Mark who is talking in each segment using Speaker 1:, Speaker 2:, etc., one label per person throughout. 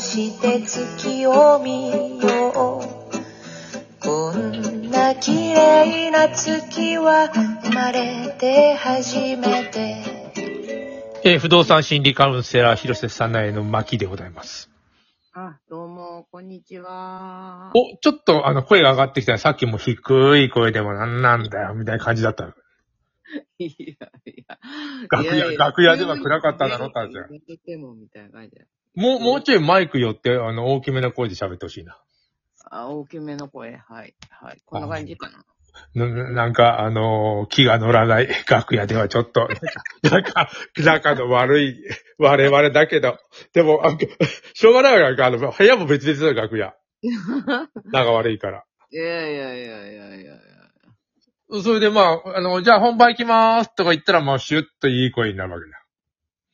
Speaker 1: して月を見ようこんな綺麗な月は生まれて初めて
Speaker 2: えー不動産心理カウンセラー、広瀬さなえの巻でございます。
Speaker 3: あ、どうも、こんにちは。
Speaker 2: お、ちょっと、あの、声が上がってきたら、さっきも低い声でもなんなんだよ、みたいな感じだった。
Speaker 3: いやいや。
Speaker 2: 楽屋
Speaker 3: いやいや
Speaker 2: 楽屋では暗かっただろう感じだよ
Speaker 3: 寝てても、みたいな感じだよ
Speaker 2: もう、もうちょいマイク寄って、あの、大きめな声で喋ってほしいな。
Speaker 3: あ、大きめの声、はい、はい。こんな感じかな。
Speaker 2: なななんか、あのー気が乗らない 楽屋ではちょっ と、なんか、仲の悪い我々だけど、でも、あしょうがないわけあの、部屋も別々だよ、楽 屋。仲悪いから。
Speaker 3: いやいやいやいやいやいや。
Speaker 2: それでまあ、あの、じゃあ本番行きまーすとか言ったら、まあ、シュッといい声になるわけだ。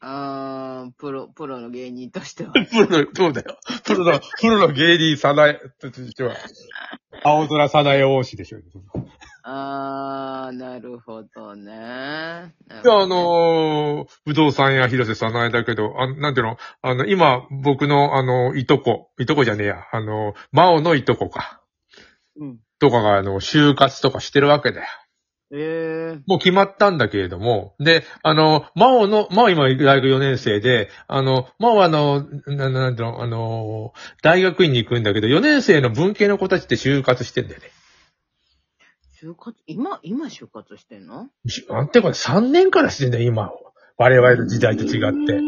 Speaker 3: あー、プロ、プロの芸人 としては。
Speaker 2: プロの、そうだよ。プロの、プロの芸人さなえ、としては、青空さなえ王子でしょ。
Speaker 3: あー、なるほどね。なる
Speaker 2: で、
Speaker 3: ほど
Speaker 2: あのー、不動産や広瀬さなえだけど、あなんていうのあの、今、僕の、あの、いとこ、いとこじゃねえや、あの、真央のいとこか、
Speaker 3: うん。
Speaker 2: とかが、あの、就活とかしてるわけだよ。
Speaker 3: えー、
Speaker 2: もう決まったんだけれども、で、あの、真央の、真央今大学4年生で、あの、真央はあの、ななんていうの、あの、大学院に行くんだけど、4年生の文系の子たちって就活してんだよね。
Speaker 3: 就活、今、今就活してんの
Speaker 2: じなんていうか、3年からしてんだよ、今を。我々の時代と違って。。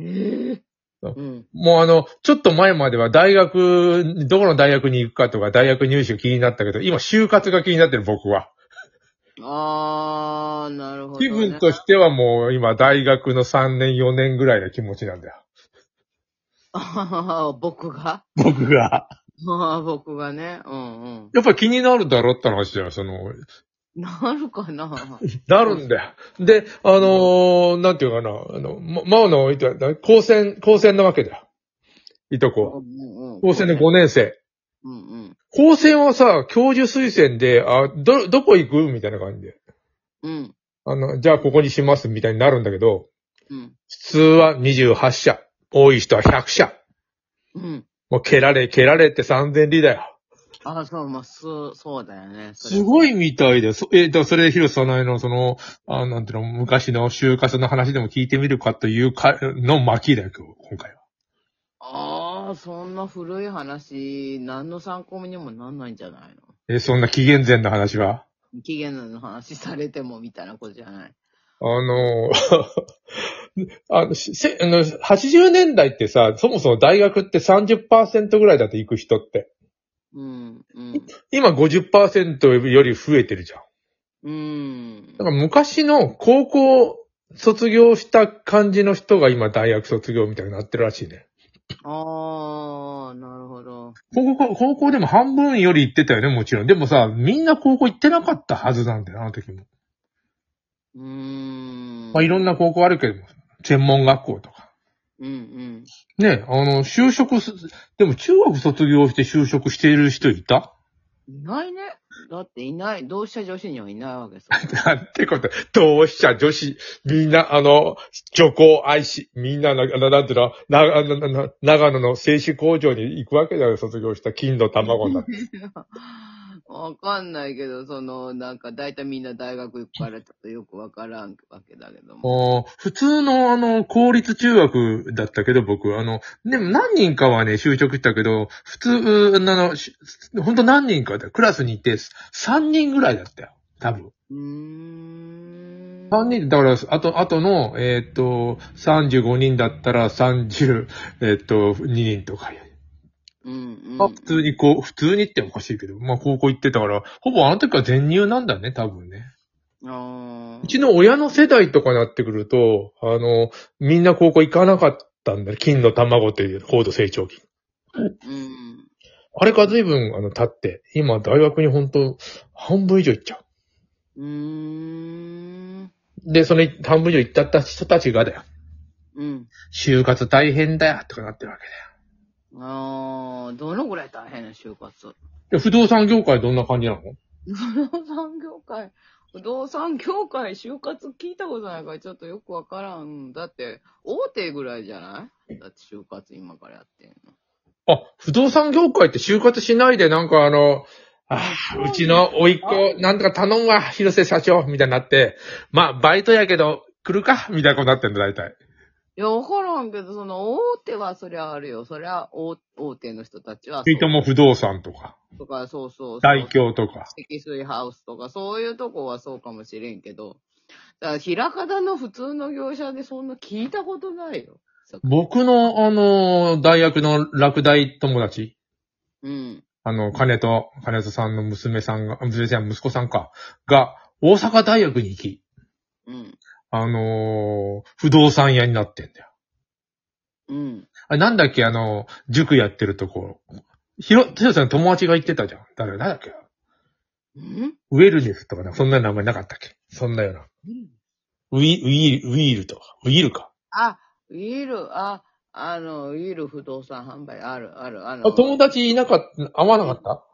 Speaker 3: えー、
Speaker 2: そう
Speaker 3: うん。
Speaker 2: もうあの、ちょっと前までは大学、どこの大学に行くかとか、大学入試が気になったけど、今、就活が気になってる、僕は。
Speaker 3: あー、なるほど、ね。
Speaker 2: 気分としてはもう、今、大学の3年、4年ぐらいの気持ちなんだよ。
Speaker 3: ああ、 僕が
Speaker 2: 僕が。
Speaker 3: ああ、 僕がね。うんうん。
Speaker 2: やっぱり気になるだろって話だよ、その、
Speaker 3: なるかな
Speaker 2: なるんだよ。で、あのー、なんていうかな、あの、ま、真央の、いと高専、高専なわけだよ。いとこは。
Speaker 3: うんうん
Speaker 2: 高専で5年生。
Speaker 3: うんうん。
Speaker 2: 高専はさ、教授推薦で、あ、ど、どこ行くみたいな感じで。
Speaker 3: うん。
Speaker 2: あの、じゃあここにしますみたいになるんだけど、
Speaker 3: うん。
Speaker 2: 普通は28社。多い人は100社。
Speaker 3: うん。
Speaker 2: もう蹴られ、蹴られって3000里だよ。
Speaker 3: ああ、そう、まあ、そう、そうだよね。それ
Speaker 2: すごいみたいで、そえっ、と、それ、広瀬さないの、その、あなんていうの、昔の就活の話でも聞いてみるかというか、の巻だよ、今日今回は。
Speaker 3: ああ、そんな古い話、何の参考にもなんないんじゃないの
Speaker 2: え、そんな紀元前の話は
Speaker 3: 期限の話されてもみたいなことじゃない。
Speaker 2: あの、 あの、しせあの80年代ってさ、そもそも大学って30%ぐらいだって行く人って。
Speaker 3: うん。うん。
Speaker 2: 今50%より増えてるじゃん。
Speaker 3: うん
Speaker 2: だ。から昔の高校卒業した感じの人が今大学卒業みたいになってるらしいね。
Speaker 3: ああ、なるほど。
Speaker 2: 高校、高校でも半分より行ってたよね、もちろん。でもさ、みんな高校行ってなかったはずなんだよ、あの時も。
Speaker 3: うーん。
Speaker 2: まあ、いろんな高校あるけども、専門学校とか。
Speaker 3: うんうん。
Speaker 2: ね、あの、就職す、でも中学卒業して就職している人いた
Speaker 3: いないね。だっていない。同志社女子にはいないわけさ。
Speaker 2: なんてこと、同志社女子、みんな、あの、女工愛し、みんな、な、ななんていうの、な、な、なな、長野の製紙工場に行くわけだよ、卒業した金の卵になって。
Speaker 3: わかんないけど、その、なんか、だいたいみんな大学行くから、ちょっとよくわからんわけだけども。
Speaker 2: あー普通のあの、公立中学だったけど、僕、あの、でも何人かはね、就職したけど、普通、あの、しほんと何人かだよクラスにいて、3人ぐらいだったよ。多分。
Speaker 3: うーん。
Speaker 2: 3人、だから、あと、あとの、えーっと、35人だったら30、えーっと、2人とか。
Speaker 3: うん、
Speaker 2: ま
Speaker 3: う
Speaker 2: あ、
Speaker 3: ん
Speaker 2: 普。通にこう、普通にっておかしいけど、まあ高校行ってたから、ほぼあの時から全入なんだね、多分ね。
Speaker 3: あ
Speaker 2: うちの親の世代とかになってくると、あの、みんな高校行かなかったんだよ。金の卵っていう高度成長期。
Speaker 3: ーうん。
Speaker 2: あれから随分、あの、経って、今大学に本当半分以上行っちゃう。
Speaker 3: うーん。
Speaker 2: で、その半分以上行っちゃった人たちがだよ。
Speaker 3: うん。
Speaker 2: 就活大変だよ、とかなってるわけ
Speaker 3: あー、どのぐらい大変な就活。
Speaker 2: だよ。で、不動産業界どんな感じなの
Speaker 3: 不動産業界。不動産業界就活聞いたことないからちょっとよくわからん。だって、大手ぐらいじゃないだって就活今からやってんの。
Speaker 2: あ、不動産業界って就活しないで、なんかあの、あうちの甥っ子、なんとか頼むわ、広瀬社長、みたいになって、まあ、バイトやけど、来るかみたいなことになってんだ、大体。
Speaker 3: いや、わからんけど、その、大手はそりゃあるよ。そりゃ、大大手の人たちは。
Speaker 2: いとも不動産とか、
Speaker 3: そうとか、そうそうそう。
Speaker 2: 大京とか。
Speaker 3: 積水ハウスとか、そういうとこはそうかもしれんけど。だから、平方の普通の業者でそんな聞いたことないよ。
Speaker 2: 僕の、あの、大学の落第友達、
Speaker 3: うん。
Speaker 2: あの、金と、金戸さんの娘さんが、娘さん、息子さんか、が、大阪大学に行き、
Speaker 3: うん。
Speaker 2: あのー不動産屋になってんだよ。
Speaker 3: うん。
Speaker 2: あ、なんだっけ、あの、塾やってるとこひろ、ひろさん友達が言ってたじゃん。誰、なんだっけ。
Speaker 3: うん
Speaker 2: ウェルネスとかな、そんな名前なかったっけそんなような。ウィ、ウィウィールとか。ウィールか。
Speaker 3: あ、ウィール、あ、あの、ウィール不動産販売、ある、ある、あの、
Speaker 2: あ、友達いなかった、会わなかった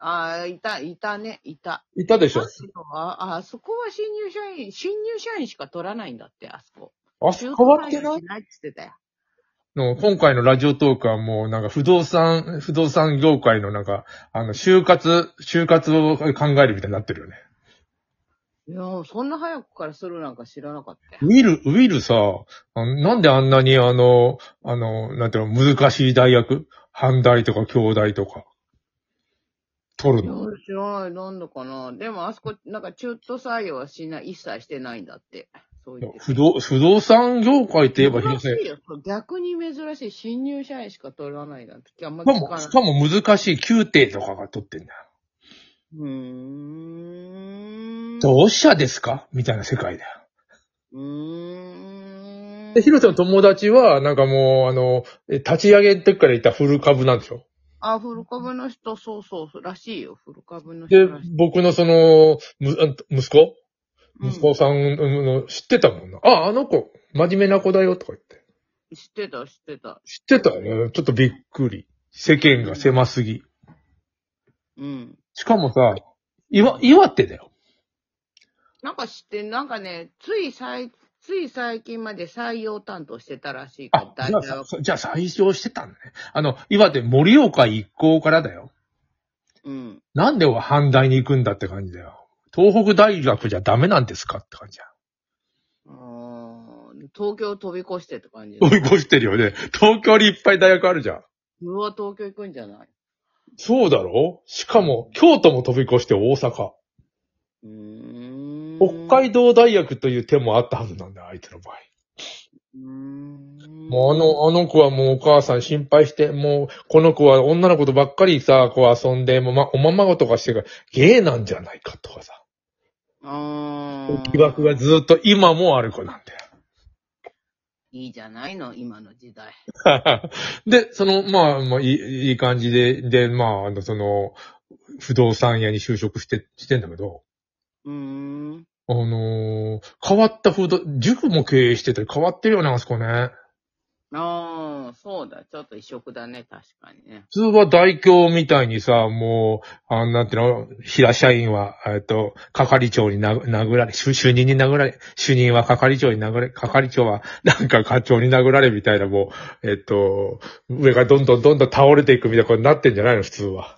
Speaker 3: あ、いた、いたね、いた。
Speaker 2: いたでしょ
Speaker 3: あそこは、あそこは新入社員、新入社員しか取らないんだって、あそこ。
Speaker 2: あ、変わってない
Speaker 3: 中途採用しないって言ってたよ。
Speaker 2: の、今回のラジオトークはもうなんか不動産、不動産業界のなんか、あの、就活、就活を考えるみたいになってるよね。
Speaker 3: いやーそんな早くからするなんか知らなかったよ。
Speaker 2: ウィル、ウィルさ、あのなんであんなにあの、あの、なんていうの、難しい大学阪大とか京大とか、取
Speaker 3: い
Speaker 2: る
Speaker 3: や
Speaker 2: の
Speaker 3: ー知らない、なんだかな。でもあそこ、なんか中途採用はしない、一切してないんだって。そう言ってた。
Speaker 2: 不動、不動産業界って言えば
Speaker 3: 珍
Speaker 2: 広
Speaker 3: し
Speaker 2: 瀬。
Speaker 3: いよ。逆に珍しい。新入社員しか取らないなんて、あんま
Speaker 2: しか
Speaker 3: 聞か
Speaker 2: も、
Speaker 3: ない
Speaker 2: し。かも難しい宮廷とかが取ってんだよ。
Speaker 3: うーん。う
Speaker 2: 同志社ですかみたいな世界だよ。
Speaker 3: ーん。
Speaker 2: で、広瀬の友達は、なんかもう、あの、え立ち上げの時からいた古株なんでしょ
Speaker 3: あ、フル株の人、そうそう、らしいよ。フル株の
Speaker 2: で
Speaker 3: 人らしい。、
Speaker 2: 僕のその、む、あ息子
Speaker 3: うん
Speaker 2: 息子さんの知ってたもんな。あ、あの子、真面目な子だよ、とか言って。
Speaker 3: 知ってた、知ってた。
Speaker 2: 知ってたよね。ちょっとびっくり。世間が狭すぎ。
Speaker 3: うん。
Speaker 2: しかもさ、岩、岩手だよ。
Speaker 3: なんか知ってん、なんかね、つい最、つい最近まで採用担当してたらしいから
Speaker 2: あ、、
Speaker 3: 大
Speaker 2: じゃあ
Speaker 3: 体は
Speaker 2: さ、じゃあ最初してたんだね。あの、岩手、盛岡一行からだよ。
Speaker 3: うん。
Speaker 2: なんで俺阪大に行くんだって感じだよ。東北大学じゃダメなんですかって感じだよ。
Speaker 3: あー東京飛び越してって感じ。
Speaker 2: 追い越してるよね。東京にいっぱい大学あるじゃん。
Speaker 3: うわ、東京行くんじゃない
Speaker 2: そうだろしかも、京都も飛び越して大阪。
Speaker 3: うーん。
Speaker 2: 北海道大学という手もあったはずなんだよ、あいつの場合。
Speaker 3: うーん。
Speaker 2: もうあの、あの子はもうお母さん心配して、もう、この子は女の子とばっかりさ、こう遊んで、もうま、おままごとかしてるから、ゲイなんじゃないかとかさ。
Speaker 3: あー
Speaker 2: 疑惑がずっと今もある子なんだよ。
Speaker 3: いいじゃないの、今の時代。
Speaker 2: で、その、まあ、まあ、いいいい感じで、で、まあ、あの、その、不動産屋に就職して、してんだけど、
Speaker 3: うーん。
Speaker 2: あのー変わった不動、塾も経営してて変わってるよね、あそこね。
Speaker 3: ああ、そうだ、ちょっと異色だね、確かにね。
Speaker 2: 普通は大京みたいにさ、もう、あのなんていうの、平社員は、えっと、係長にな殴られ、主主任に殴られ、主任は係長に殴れ、係長はなんか課長に殴られみたいな、もう、えっと、上がどんどんどんどん倒れていくみたいなことになってんじゃないの、普通は。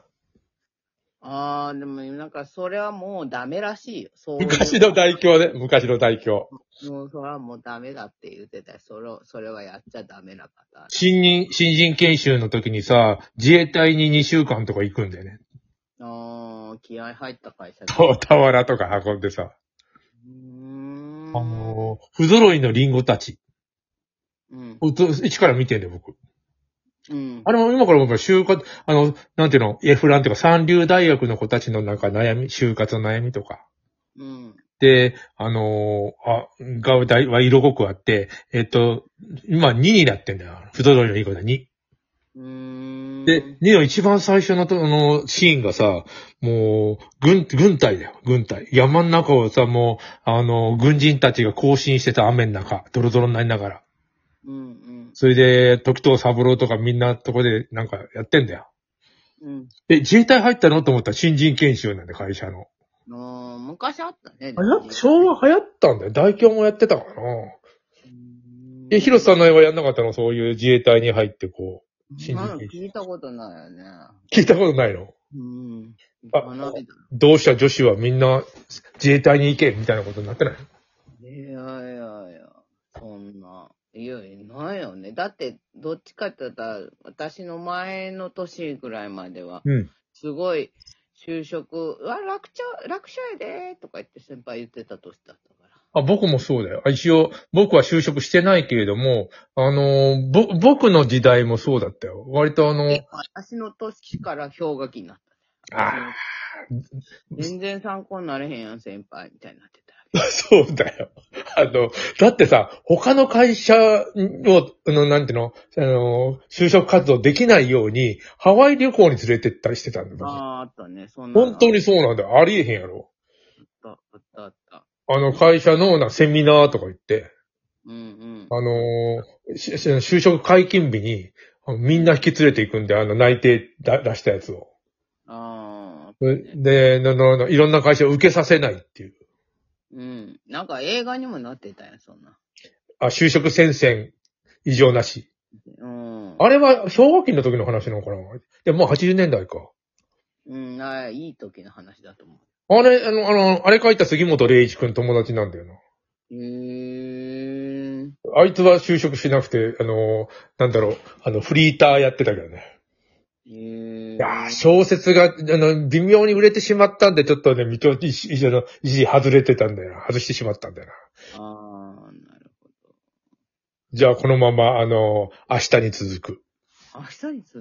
Speaker 3: ああ、でもなんかそれはもうダメらしいよ。そういう
Speaker 2: 昔の大京ね、昔の大京。
Speaker 3: もうそれはもうダメだって言ってたよ。それを、それはやっちゃダメな方。
Speaker 2: 新人、新人研修の時にさ、自衛隊に2週間とか行くんだよね。
Speaker 3: あー、気合入った会社だ。
Speaker 2: と、俵とか運んでさ、
Speaker 3: うーん。
Speaker 2: あのー不揃いのリンゴたち。
Speaker 3: うん。
Speaker 2: うつ一から見てんだよ、僕。
Speaker 3: うん。
Speaker 2: あれも今から僕は就活、あの、なんていうの、エフランっていうか、三流大学の子たちのなんか悩み、就活の悩みとか。
Speaker 3: うん。
Speaker 2: で、あのーあ、が、だいは色濃くあって、えっと、今2になってんだよ。不揃いのリンゴで2。
Speaker 3: うーん。
Speaker 2: で、2の一番最初のと、あの、シーンがさ、もう、軍、軍隊だよ、軍隊。山の中をさ、もう、あの、軍人たちが行進してた雨の中、ドロドロになりながら。
Speaker 3: うんうん。
Speaker 2: それで、時藤三郎とかみんなとこでなんかやってんだよ。
Speaker 3: うん。
Speaker 2: え、自衛隊入ったのと思ったら新人研修なんで、会社の。
Speaker 3: あー昔あったね。
Speaker 2: 流行っ昭和流行ったんだよ。大京もやってたかな。え、
Speaker 3: え、
Speaker 2: 広瀬さんの絵はやんなかったのそういう自衛隊に入ってこ
Speaker 3: さん。まだ聞いたことないよね。
Speaker 2: う。聞いたことないの
Speaker 3: うん。
Speaker 2: あ
Speaker 3: 学びだ。
Speaker 2: 同志社女子はみんな自衛隊に行けみたいなことになってない
Speaker 3: いやいやいや、そんな。いや、いないよね。だって、どっちかって言ったら、私の前の年ぐらいまでは、
Speaker 2: うん。
Speaker 3: すごい、就職、うわ、楽勝、楽勝やでーとか言って先輩言ってた年だったから。
Speaker 2: あ、僕もそうだよ。あ一応、僕は就職してないけれども、あのーぼ、僕の時代もそうだったよ。割とあの、
Speaker 3: え私の年から氷河期になったね。
Speaker 2: あ
Speaker 3: 全然参考になれへんやん、先輩、みたいになってた。
Speaker 2: あ、 そうだよ。あの、だってさ、他の会社の、あの、なんていうの、あの、就職活動できないように、ハワイ旅行に連れてったりしてたんだ僕
Speaker 3: ああ、あったね、そんなの。
Speaker 2: 本当にそうなんだよ。ありえへんやろ。
Speaker 3: あった、あった、あった。
Speaker 2: あの、会社のなセミナーとか行って、
Speaker 3: うん
Speaker 2: あのーしし就職解禁日に、あのみんな引き連れていくんで、あの、内定だ出したやつを。
Speaker 3: うん。ああ、
Speaker 2: で、のののいろんな会社を受けさせないっていう。
Speaker 3: うん。なんか映画にもなってたやん、そんな。
Speaker 2: あ、就職戦線異常なし。
Speaker 3: うん。
Speaker 2: あれは、氷河期の時の話なのかなでもう80年代か。
Speaker 3: うん、あいい時の話だと思
Speaker 2: あれ、あの、あの、あれ書いた杉本玲一くん友達なんだよな。
Speaker 3: う。へえ。
Speaker 2: あいつは就職しなくて、あの、なんだろう、あの、フリーターやってたけどね。
Speaker 3: へえ。
Speaker 2: いやー小説が、あの、微妙に売れてしまったんで、ちょっとね、一応、一一あの一時外れてたんだよな。外してしまったんだよな。
Speaker 3: ああ、なるほど。
Speaker 2: じゃあ、このまま、あの、明日に続く。
Speaker 3: 明日に続